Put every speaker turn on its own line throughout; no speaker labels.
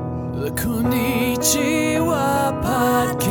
こんにちは、podcast.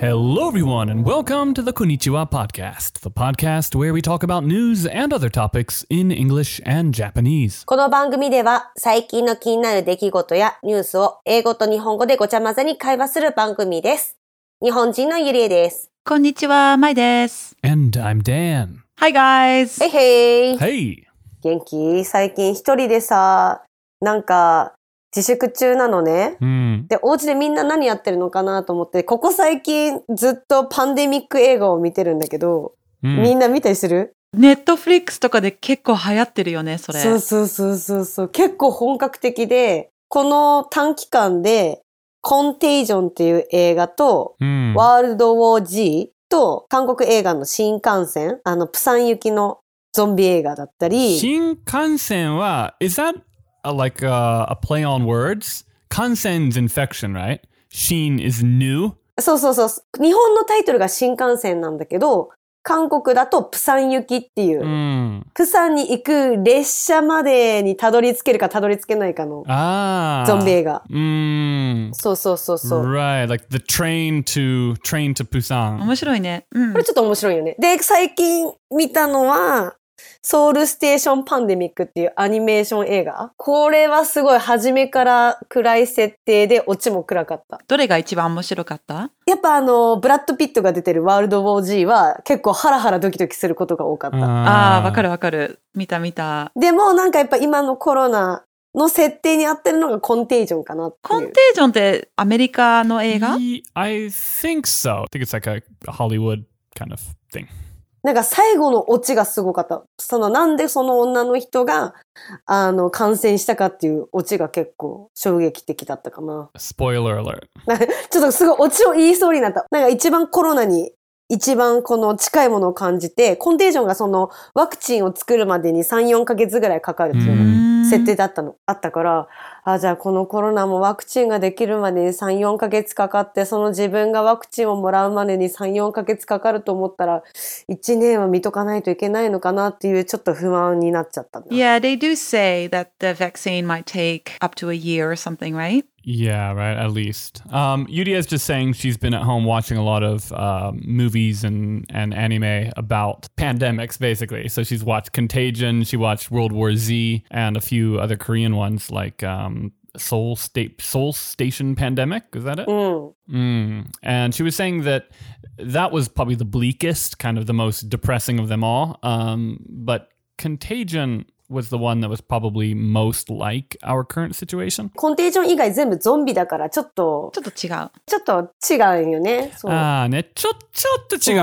Hello, everyone, and welcome to the Konnichiwa podcast, the podcast where we talk about news and other topics in English and Japanese.
この番組では最近の気になる出来事やニュースを英語と日本語でごちゃ混ぜに会話する番組です。日本人のゆりえです。
こんにちは、まいです。
And I'm Dan.
Hi guys!
へいへい。
Hey,
元気最近一人でさ、なんか自粛中なのね。
hmm,
で、お家でみんな何やってるのかなと思って、ここ最近ずっとパンデミック映画を見てるんだけど、
hmm.
みんな見たりする
ネットフリックスとかで結構流行ってるよね、それ。
そうそうそうそうそう。結構本格的で、この短期間で、コンテージョンっていう映画と、
hmm.
ワールドウォー G と韓国映画の新幹線、あの、プサン行きのゾンビ映画だったり、
Shinkansen wa, is that a, like uh, a, a play on words? Kansen's infection, right? Shin is new.
そうそうそう、日本のタイトルが新幹線なんだけど、韓国だとプサン行きっていう、
Hmm.
プサンに行く列車までにたどり着けるかたどり着けないかの
Ah.
ゾンビ映画。
Mm,
そうそうそうそう。
right, like the train to train to Busan.
面白いね。うん
これ。ちょっと面白いよね。で、最近見たのは、ソウルステーションパンデミックっていうアニメーション映画。これはすごい初めから暗い設定でオチも暗かった。
どれが一番面白かった
やっぱあの、ブラッド・ピットが出てるワールド・ウォー・ジーは結構ハラハラドキドキすることが多
Uh,
かった。
ああー、わかるわかる。見た見た。
でもなんかやっぱ今のコロナの設定に合ってるのがコンテージョンかなって
コ
い
ン
う
テ。ージョンってアメリカの映画
Ye- I think so. I think it's like a Hollywood kind of thing.
なんか最後のオチがすごかった。そのなんでその女の人が、あの、感染したかっていうオチが結構衝撃的だったかな。
Spoiler alert.
ちょっとすごいオチを言いそうになった。なんか一番コロナに一番この近いものを感じて、コンテージョンがそのワクチンを作るまでに3、4ヶ月ぐらいかかるっていうのが
うん
設定だったの、あったから、あ、じゃあこのコロナもワクチンができるまでに3、4ヶ月かかって、その自分がワクチンをもらうまでに3、4ヶ月かかると思ったら、1年は見とかないといけないのかなっていうちょっと不安になっちゃったんだ。
Yeah, they do say that the vaccine might take up to a year or something, right?
Yeah, right. At least. Um, Yudia is just saying she's been at home watching a lot of um, movies and, and anime about pandemics, basically. So she's watched Contagion, she watched World War Z, and a few other Korean ones like um, Soul State Soul Station Pandemic. Is that it?
うん。
Mm. And she was saying that that was probably the bleakest, kind of the most depressing of them all. Um, but Contagion was the one that was probably most like our current situation.
コンテージョン以外全部ゾンビだから、ちょっと
ち、ょっと違う。
ちょっと違うよね。そう。
Ah, ne, chot, chot,
ち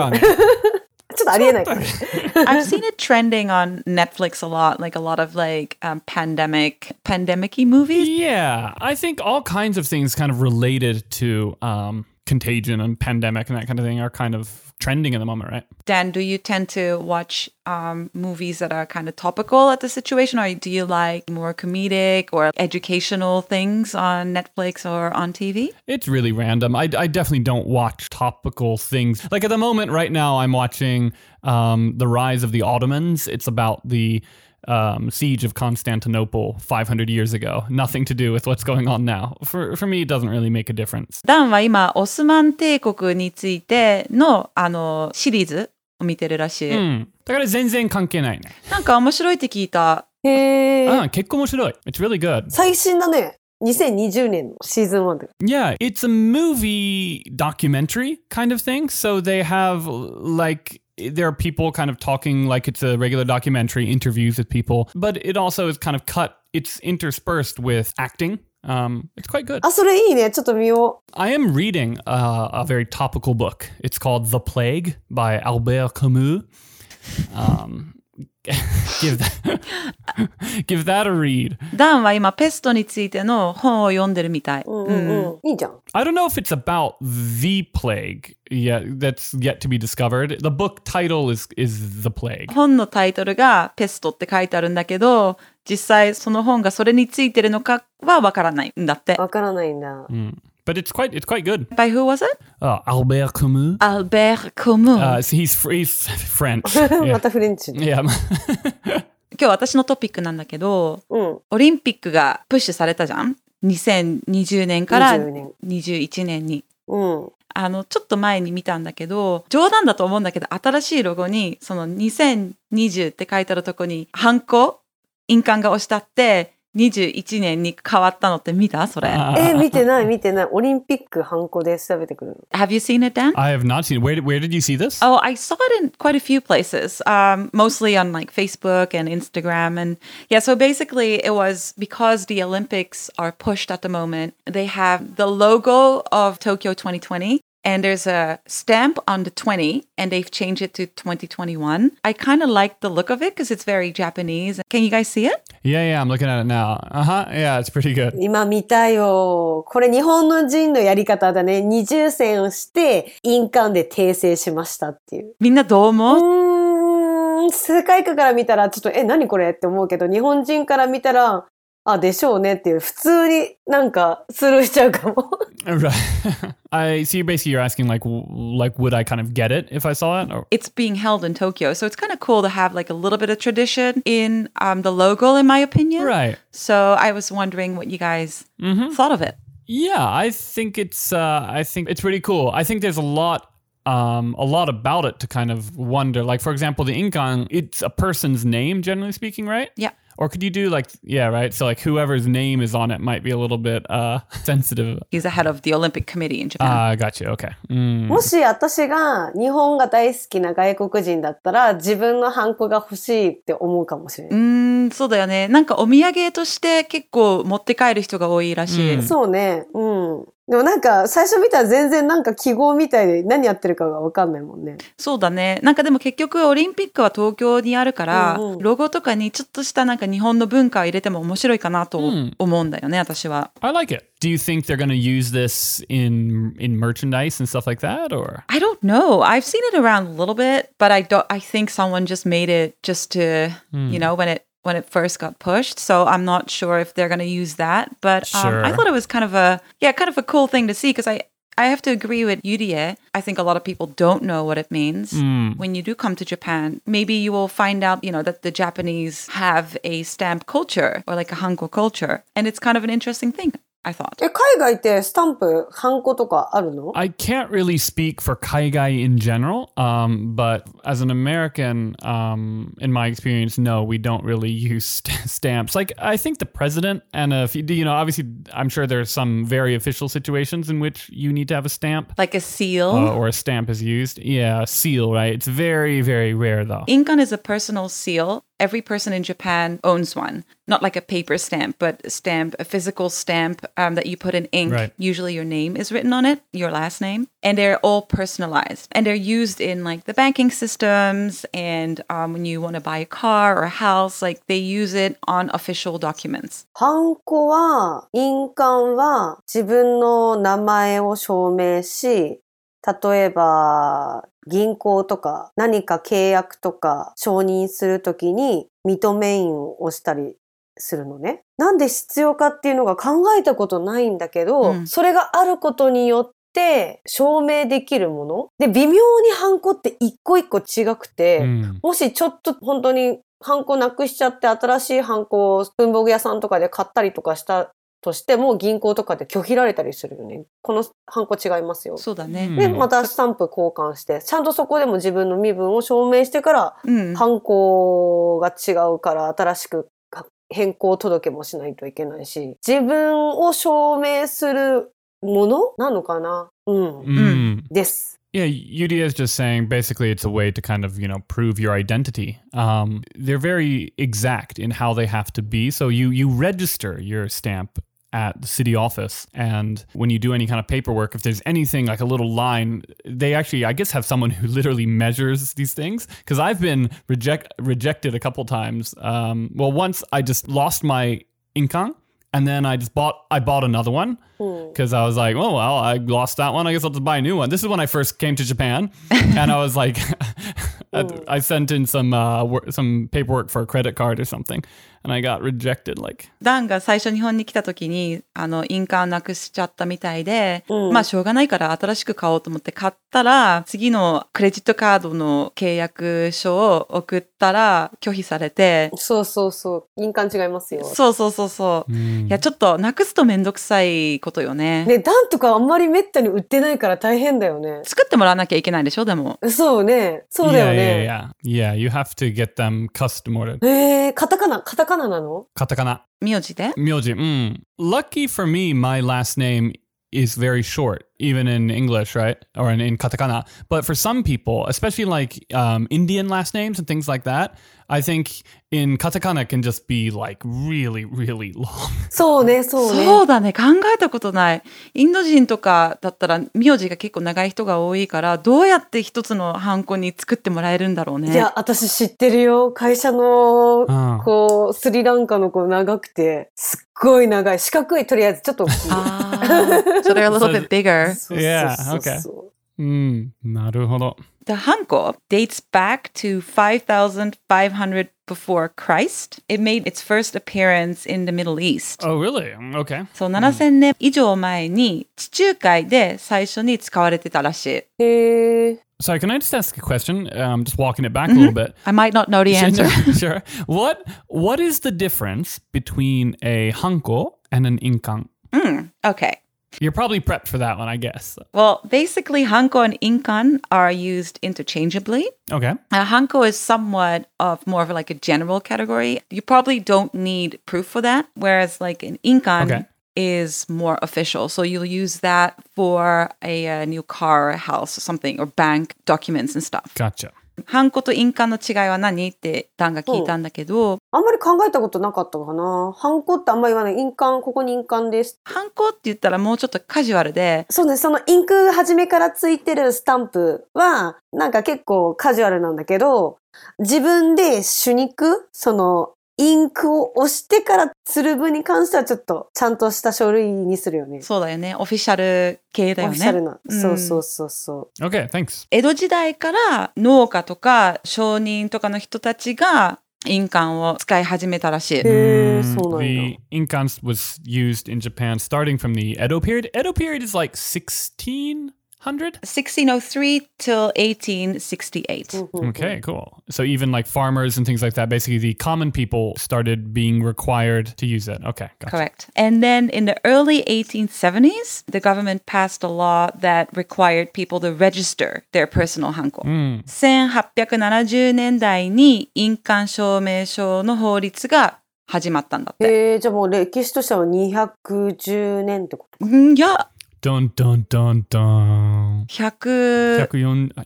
ょっとありえないから。
I've seen it trending on Netflix a lot, like a lot of like um, pandemic, pandemic-y movies.
Yeah, I think all kinds of things kind of related to um, contagion and pandemic and that kind of thing are kind of trending at the moment, right?
Dan, do you tend to watch um, movies that are kind of topical at the situation, or do you like more comedic or educational things on Netflix or on TV?
It's really random. I, I definitely don't watch topical things. Like at the moment, right now, I'm watching um, The Rise of the Ottomans. It's about the um, siege of Constantinople 500 years ago. Nothing to do with what's going on now. For, for me, it doesn't really make a difference.
ダンは今、オスマン帝国についてのあのシリーズを見てるらしい。
Hmm. だから全然関係ないね。
なんか面白いって聞いた。
へー。
うん、結構面白い。It's really good.
最新だね。2020年のシーズン1で。
Yeah, it's a movie documentary kind of thing. So they have like there are people kind of talking like it's a regular documentary, interviews with people, but it also is kind of cut. It's interspersed with acting. Um, it's quite good.
あ、それいいね。ちょっと見よ
I am reading uh, a very topical book. It's called The Plague by Albert Camus. Um, give that give that a read.
ダンは今、ペストについての本を読んでるみたい。
う。うんうんうん。いいじゃん。
I don't know if it's about the plague. Yeah, that's yet to be discovered. The book title is is the plague.
本のタイトルがペストって書いてあるんだけど、実際その本がそれについてるのかはわからないんだって。
わからないんだ。
Mm. But it's quite it's quite good.
By who was it?
Uh, Albert Camus.
Albert Camus.
Uh, so he's fr- he's French.
ま
Yeah.
たフレンチ。
Yeah.
今日私のトピックなんだけど、
うん。
オリンピックがプッシュされたじゃん ?2020 年から
20年。
21年に。
うん。
あの、ちょっと前に見たんだけど、冗談だと思うんだけど、新しいロゴに、その2020って書いてあるとこに、ハンコ、印鑑が押したって、21年に変わったのって見たそれ。
Ah,
え、見てない見てない。オリンピックハンコで調べてくる
Have you seen it, Dan?
I have not seen. Where, where did you see this?
Oh, I saw it in quite a few places, um, mostly on like Facebook and Instagram. And yeah, so basically, it was because the Olympics are pushed at the moment, they have the logo of Tokyo 2020. And there's a stamp on the 20, and they've changed it to 2021. I kind of like the look of it because it's very Japanese. Can you guys see it?
Yeah, yeah, I'm looking at it now. Uh huh. Yeah, it's pretty good.
今見たよ。これ日本の人のやり方だね。二重線をして、印鑑で訂正しましたっていう。
Minna
う
domo?
ーん、世界観から見たら、ちょっと、え、何これって思うけど、日本人から見たら、あ、でしょうねっていう、普通になんかスルーしちゃうかも。
Right. I see. basically, you're asking like, w- like, would I kind of get it if I saw it? Or,
It's being held in Tokyo. So it's kind of cool to have like a little bit of tradition in um, the logo, in my opinion.
right.
So I was wondering what you guys thought of it.
Yeah, I think it's uh, I think it's pretty cool. I think there's a lot um, a lot about it to kind of wonder. Like for example, the Inkang, it's a person's name, generally speaking, right?
Yeah.
Or could you do like yeah, right? So like whoever's name is on it might be a little bit uh, sensitive.
He's the head of the Olympic Committee in Japan.
Ah, got you. Okay. Mm.
もし私が日本が大好きな外国人だったら、自分のハンコが欲しいって思うかもしれ
う
ない。
ーん、そうだよね。なんかお土産として結構持って帰る人が多いらしい。
うん
そうね。うん。でもなんか、最初見たら全然なんか記号みたいで何やってるかがわかんないもんね。
そうだね。なんかでも結局オリンピックは東京にあるから、
うんうん
ロゴとかにちょっとしたなんか日本の文化を入れても面白いかなと
うん
思うんだよね、私は。
I like it. Do you think they're going to use this in in merchandise and stuff like that, or
I don't know. I've seen it around a little bit, but I don't I think someone just made it just to, you know, when it when it first got pushed. So I'm not sure if they're going to use that, but um, I
Sure.
thought it was kind of a yeah, kind of a cool thing to see because I I have to agree with Yudie. I think a lot of people don't know what it means.
Hmm.
When you do come to Japan, maybe you will find out, you know, that the Japanese have a stamp culture or like a hanko culture, and it's kind of an interesting thing. I thought.
え、海外ってスタンプ、ハンコとかあるの
I can't really speak for Kaigai in general, um, but as an American, um, in my experience, no, we don't really use st- stamps. Like, I think the president and a few, you know, obviously, I'm sure there are some very official situations in which you need to have a stamp
Like a seal.
uh, or a stamp is used. Yeah, a seal, right? It's very, very rare, though.
Inkan is a personal seal. Every person in Japan owns one, not like a paper stamp, but a stamp, a physical stamp um, that you put in ink.
Right.
Usually your name is written on it, your last name, and they're all personalized. And they're used in like the banking systems and um, when you want to buy a car or a house, like they use it on official documents.
ハンコは、印鑑は自分の名前を証明し、例えば銀行とか何か契約とか承認するときに認め印を押したりするのね。なんで必要かっていうのが考えたことないんだけど、
うん
それがあることによって証明できるもので、微妙にハンコって一個一個違くて、
Mm.
もしちょっと本当にハンコなくしちゃって新しいハンコを文房具屋さんとかで買ったりとかしたとしても銀行とかで拒否られたりするよね。このハンコ違いますよ。
So
うん
で、またスタンプ交換して、ちゃんとそこでも自分の身分を証明してから、
Hmm.
ハンコが違うから新しく変更届もしないといけないし、自分を証明するものなのかなうん。
Mm.
です。
Yeah, UD is just saying basically it's a way to kind of, you know, prove your identity. Um, they're very exact in how they have to be. So you, you register your stamp at the city office. And when you do any kind of paperwork, if there's anything like a little line, they actually, I guess, have someone who literally measures these things. Because I've been reject, rejected a couple times. Um, well, once I just lost my income. And then I just bought I bought another one
うん。
because I was like, oh well, I lost that one. I guess I'll just buy a new one. This is when I first came to Japan, and I was like, I, I sent in some uh, wor- some paperwork for a credit card or something, and I got rejected. Like,
ダンが最初日本に来た時に、あの、印鑑なくしちゃったみたいで、まあ、しょうがないから新しく買おうと思って買ったら、次のクレジットカードの契約書を送ったら拒否されて、
そうそうそう。印鑑違いますよ。
そうそうそうそう。いや、ちょっとなくすとめんどくさいことよね。
ね、ダンとかあんまりめったに売ってないから大変だよね。
作ってもらわなきゃいけないでしょ、でも。
そうね。そうだ
yeah,
よ
yeah,
ね。
yeah, yeah. You have to get them custom ordered.
えー、カタカナ、カタカナなの
Katakana.
名字で
Myoji. Mm. Lucky for me, my last name is very short, even in English, right? Or in, in katakana. But for some people, especially like um, Indian last names and things like that, I think in katakana can just be like really, really long.
そうね、そうね。
そうだね。考えたことない。インド人とかだったら、名字が結構長い人が多いから、どうやって一つのハンコに作ってもらえるんだろうね。
いや、私知ってるよ。会社の、
うん
こう、スリランカの子長くて、すっごい長い。四角い、とりあえず、ちょっと大きい。
あーそれ Ah. a little bit bigger.
そうそうそうそう
Yeah, okay. Mm. なるほど。
The Hanko dates back to 5,500 before Christ. It made its first appearance in the Middle East.
Oh, really? Mm, Okay.
そう7000年以上前に地中海で最初に使われてたらしい。
へえ。
Sorry, can I just ask a question? Um, just walking it back a little bit.
I might not know the answer.
sure, sure. What What is the difference between a hanko and an inkan?
okay.
You're probably prepped for that one, I guess.
Well, basically, Hanko and Inkan are used interchangeably.
Okay.
Uh, Hanko is somewhat of more of like a general category. You probably don't need proof for that, whereas like an Inkan
Okay.
is more official. So you'll use that for a, uh new car, house, or something, or bank documents and stuff.
Gotcha.
Hanko と Inkan の違いは何ってダンが聞いたんだけど、
あんまり考えたことなかったかな。ハンコってあんまり言わない。印鑑、ここに印鑑です。
ハンコって言ったらもうちょっとカジュアルで、
そうね、そのインク初めからついてるスタンプは、なんか結構カジュアルなんだけど、自分で主肉、その、インクを押してからつるぶに関してはちょっとちゃんとした書類にするよね。
そうだよね、オフィシャル系だ
オ
よ
フィシャ
ね
ル。な。
うん
そうそうそうそう。
Okay, thanks.
江戸時代から農家とか商人とかの人たちが印鑑を使い始めたらしい。
へえ、
Mm,
そうなんだ
the。inkan was used in Japan starting from the Edo period. Edo period is like 1600.
1603 till 1868.
うんうんうん
Okay, cool. So even like farmers and things like that, basically the common people started being required to use it. Okay, gotcha.
Correct. And then in the early 1870s, the government passed a law that required people to register their personal hanko.
Mm.
1870年代に印鑑証明書の法律が始まったんだって。
へえ、じゃあもう歴史としては210年ってこと
んいや、
Dun dun dun dun.
150
104あ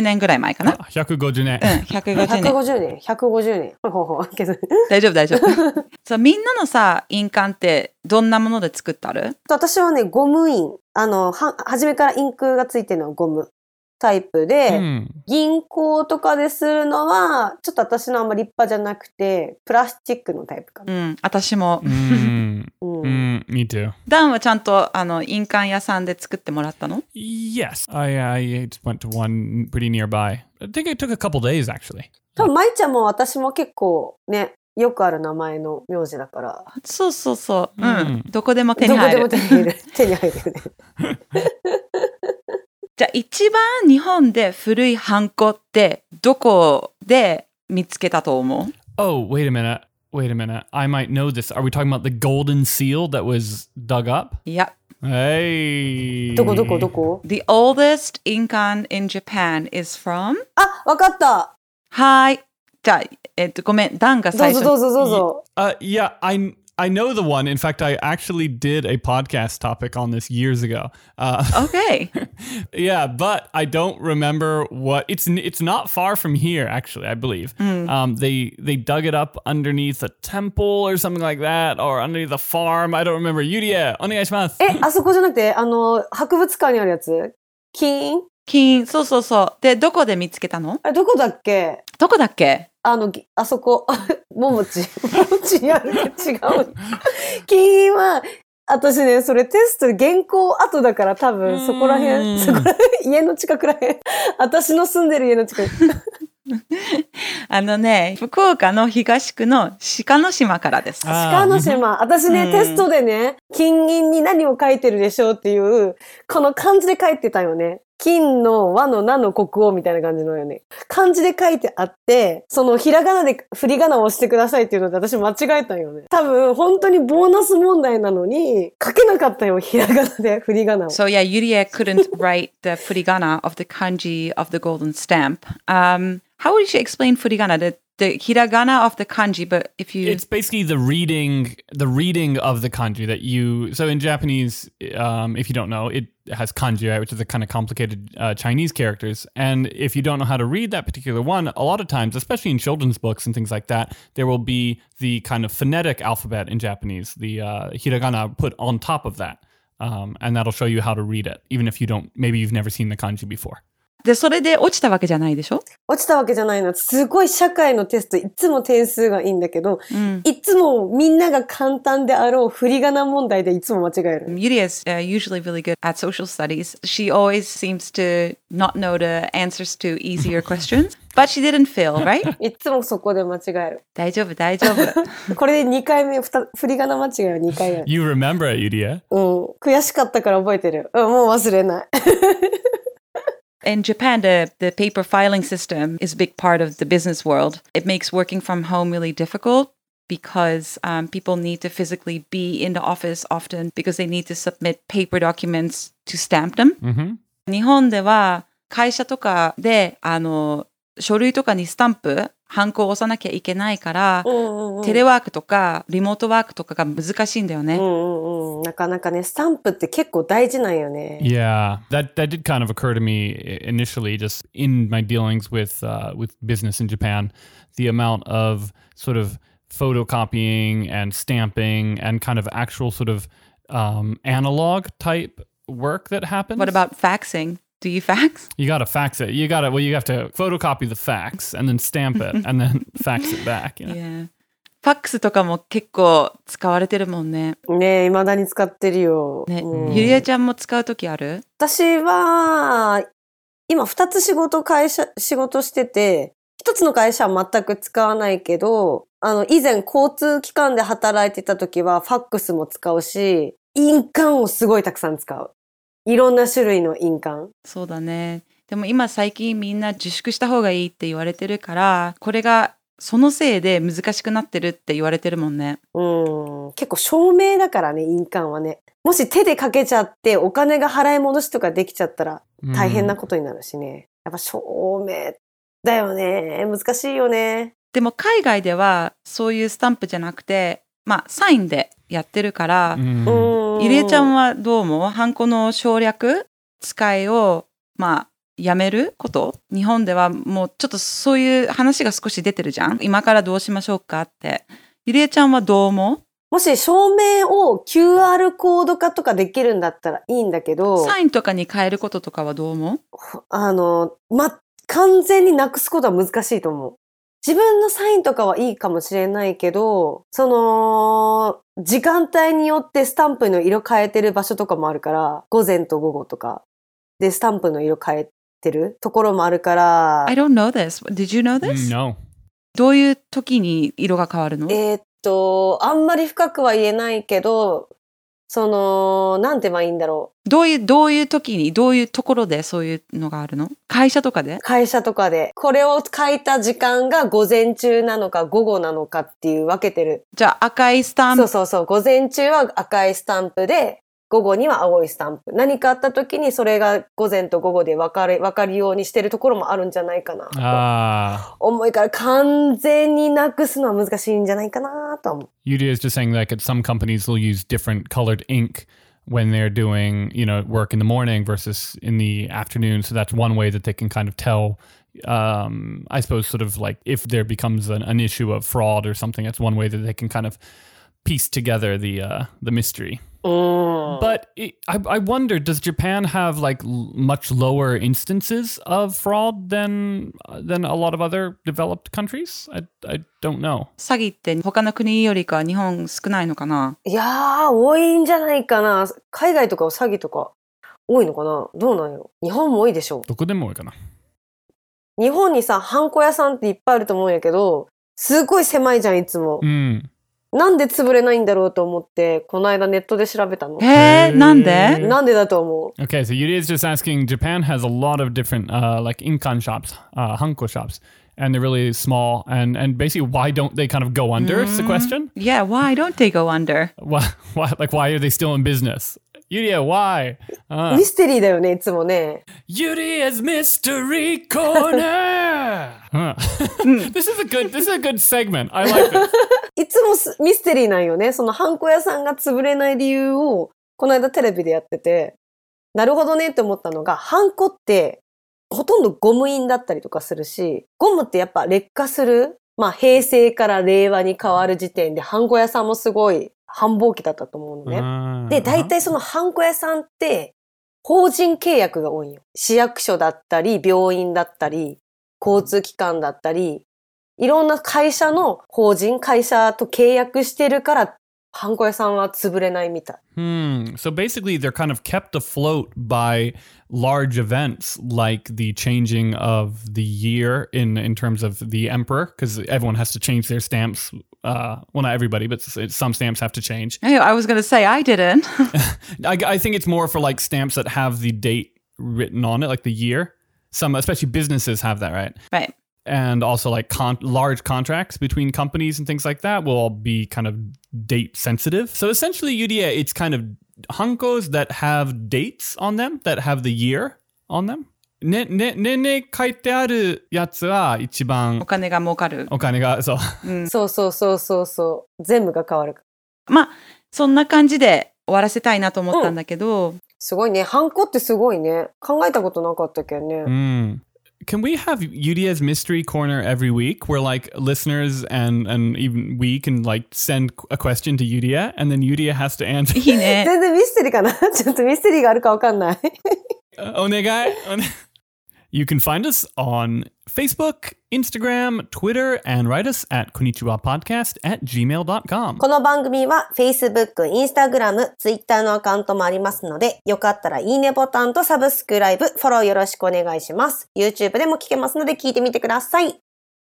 年ぐらい前 かな。
あ150年。
うん、150年。
?150 年 ?150 年。 ほうほうほう。けど
大丈夫大丈夫そうみんなのさ印鑑ってどんなもので作ってある
私はね、ゴム印。あの、は、初めからインクがついてるのはゴムタイプで、
Hmm.
銀行とかでするのは、ちょっと私のあんまり立派じゃなくて、プラスチックのタイプか
う
な。
ん私も
Mm.
うん。
Mm, me too.
ダンはちゃんとあの印鑑屋さんで作ってもらったの
Yes, I I just went to one pretty nearby. I think it took a couple days actually.
多分、舞ちゃんも私も結構ね、よくある名前の名字だから、
そうそうそううん、
うん
どこでも手に
どこ
入
で
る
も手に入 る。手に入るよね。
じゃあ一番日本で古いハンコってどこで見つけたと思う
Oh, wait a minute. Wait a minute. I might know this. Are we talking about the golden seal that was dug up?
いや
Hey.
どこどこどこ
The oldest 印鑑 in Japan is from
あ、わかった
はいじゃあえっとごめんダンが
どう
最
ぞ
初
どうぞどうぞ。
Uh, yeah, I I know the one. In fact, I actually did a podcast topic on this years ago. Uh,
OK
yeah, but I don't remember what it's. n- It's not far from here, actually. I believe
Mm.
um, they they dug it up underneath a temple or something like that, or underneath a farm. I don't remember. Yuria, onegaishimasu.
え、あそこじゃなくて、あの、博物館にあるやつ金
金そうそうそうでどこで見つけたの
あれ、どこだっけ
どこだっけ
あの、ぎあそこ、 ももち。ももちにある違う。 金印は、私ね、それテストで原稿後だから多
うー
分
ん
そこら辺、そこら辺、家の近くら辺。私の住んでる家の近く。
ああのね、福岡の東区の鹿の島からです。
あ
鹿の島。私ね、テストでね、金銀に何を書いてるでしょうっていう、この漢字で書いてたよね。金の和の名の国王みたいな感じのよね。漢字で書いてあって、そのひらがなで振り仮名を押してくださいっていうので私間違えたよね。多分本当にボーナス問題なのに書けなかったよ、ひらがなで振り仮名を。
So yeah, Yurie couldn't write the furigana of the kanji of the golden stamp. Um, how would you explain furigana? The, the hiragana of the kanji, but if you
It's basically the reading, the reading of the kanji that you. So in Japanese, um, if you don't know, it has kanji, right, which is a kind of complicated uh, Chinese characters. And if you don't know how to read that particular one, a lot of times, especially in children's books and things like that, there will be the kind of phonetic alphabet in Japanese, the uh, hiragana put on top of that, um, and that'll show you how to read it, even if you don't. Maybe you've never seen the kanji before.
でそれで落ちたわけじゃないでしょ、
落ちたわけじゃないの。すごい社会のテスト、いつも点数がいいんだけど、
うん、
いつもみんなが簡単であろう振り仮名問題でいつも間違える。
Yuri is uh, usually really good at social studies. She always seems to not know the answers to easier questions, but she didn't fail, right?
いつもそこで間違える。
大丈夫、大丈夫。
これで2回目、ふた振り仮名間違いは2回目。
You remember it, Yudia?
うん。悔しかったから覚えてる。うん、もう忘れ ない。
In Japan, the, the paper filing system is a big part of the business world. It makes working from home really difficult because um, people need to physically be in the office often because they need to submit paper documents to stamp them.
Mm-hmm.
日本では会社とかであの書類とかにスタンプ、ハンコを押さなきゃいけないから、
うんうんうん。
テレワークとかリモートワークとかが難しいんだよね。
うんうんうん。なかなかね、スタンプって結構大事なんよね。
Yeah, that that did kind of occur to me i- initially, just in my dealings with uh, with business in Japan, the amount of sort of photocopying and stamping and kind of actual sort of um, analog type work that happens.
What about faxing? Do you fax?
you got to fax it? You got to well, you have to photocopy the fax and then stamp it and then fax it back. You know?
Yeah. ファックスとかも結構使われてるもんね。
ねえ、未だに使ってるよ。
ね、
うん
ゆりえちゃんも使うときある
私は、今2つ仕事会社、仕事してて、1つの会社は全く使わないけど、あの、以前交通機関で働いてた時は、ファックスも使うし、印鑑をすごいたくさん使う。いろんな種類の印鑑。
そうだね。でも今最近みんな自粛した方がいいって言われてるから、これがそのせいで難しくなってるって言われてるもんね。
うん。結構証明だからね、印鑑はね。もし手でかけちゃって、お金が払い戻しとかできちゃったら、大変な
Mm.
ことになるしね。やっぱ証明だよね。難しいよね。
でも海外ではそういうスタンプじゃなくて、まあサインでやってるから、
Mm.
うん。
ゆりえちゃんはどう思うハンコの省略使いを、まあ、やめること日本ではもうちょっとそういう話が少し出てるじゃん今からどうしましょうかって。ゆりえちゃんはどう思
もし証明を QR コード化とかできるんだったらいいんだけ
う
ど、
サインとかに変えることとかはどう思う
あの、ま、完全になくすことは難しいと思う。自分のサインとかはいいかもしれないけど、その、時間帯によってスタンプの色変えてる場所とかもあるから、午前と午後とか。で、スタンプの色変えてるところもあるから、
?I don't know this. Did you know this?
Mm-hmm. No.
どういう時に色が変わるの
えーっと、あんまり深くは言えないけど、その、なんて言えばいいんだろう。
どういう、どういう時に、どういうところでそういうのがあるの会社とかで
会社とかで、これを書いた時間が午前中なのか午後なのかっていう分けてる。
じゃあ赤いスタン
そう
プ。
そうそう。午前中は赤いスタンプで、午後には青いスタンプ。何かあった時にそれが午前と午後で分かれ、分かるようにしてるところもあるんじゃないかな。
Ah.
重いから完全になくすのは難しいんじゃないかなとは思う。
Yudia is just saying like at some companies they'll use different colored ink when they're doing you know work in the morning versus in the afternoon. So that's one way that they can kind of tell. Um, I suppose sort of like if there becomes an, an issue of fraud or something, that's one way that they can kind of piece together the uh, the mystery.
うん。
But it, I, I wonder, does Japan have like l- much lower instances of fraud than uh, than a lot of other developed countries? I I don't know.
詐欺って他の国よりか日本少ないのかない
やー、多いんじゃないかな。海外とかは詐欺とか多いのかなどうなんよ。日本も多いでしょう。
どこでも多いかな
日本にさ、ハンコ屋さんっていっぱいあると思うんやけど、すごい狭いじゃん、いつも
う。ん。
なんで潰れないんだろうと思って、この間ネットで調べたの。
へえ、なん
へ
で
ー
なんでだと思う
Okay, so Yuri is just asking. Japan has a lot of different, uh, like inkan shops, uh, hanko shops, and they're really small. And and basically, why don't they kind of go under? It's the question.
Yeah, why don't they go under?
Why, why, like, why are they still in business? Yuri, why? Uh,
ミステリーだよね、いつもね。
Yuri's mystery corner. Huh. this is a good. This is a good segment. I like this.
いつもすミステリーなんよね。そのハンコ屋さんが潰れない理由を、この間テレビでやってて、なるほどねって思ったのが、ハンコって、ほとんどゴム印だったりとかするし、ゴムってやっぱ劣化する、まあ平成から令和に変わる時点で、ハンコ屋さんもすごい繁忙期だったと思うのね。
Uh, uh-huh.
で、大体そのハンコ屋さんって、法人契約が多いんよ。市役所だったり、病院だったり、交通機関だったり、いろんな会社の法人、会社と契約してるから、ハンコ屋さんは潰れないみたい。
Hmm. So basically, they're kind of kept afloat by large events like the changing of the year in in terms of the emperor, because everyone has to change their stamps. Uh, well, not everybody, but s- some stamps have to change.
Hey, I was going to say I didn't.
I, I think it's more for like stamps that have the date written on it, like the year. Some, especially businesses, have that, right?
right.
And also, like con- large contracts between companies and things like that will all be kind of date sensitive. So essentially, UDA, it's kind of hankos that have dates on them that have the year on them. ね、ね、ね、ね、書いてあるやつは一番
お金が儲かる。
お金が、 そう。
うん。
そうそうそうそうそう。全部が変わる。
まあ、そんな感じで終わらせたいなと思ったんだけど、
すごいね。ハンコってすごいね。考えたことなかったけんね。
Mm. Can we have Yudia's mystery corner every week, where like listeners and and even we can like send a question to Yudia, and then Yudia has to answer.
いいね。
全然ミステリーかな ちょっとミステリーがあるかわかんない。
Onegai. one- You can find us on Facebook, Instagram, Twitter, and write us at konnichiwa podcast at gmail.com.
この番組は Facebook、Instagram、Twitter のアカウントもありますので、よかったらいいねボタンとサブスクライブ、フォローよろしくお願いします。YouTube でも聞けますので聞いてみてください。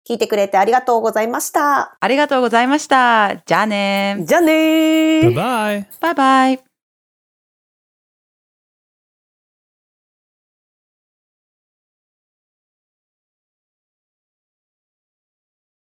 聞いてくれてありがとうございました。
ありがとうございました。じゃあね。
じゃあねー
Bye bye.
バイバイ。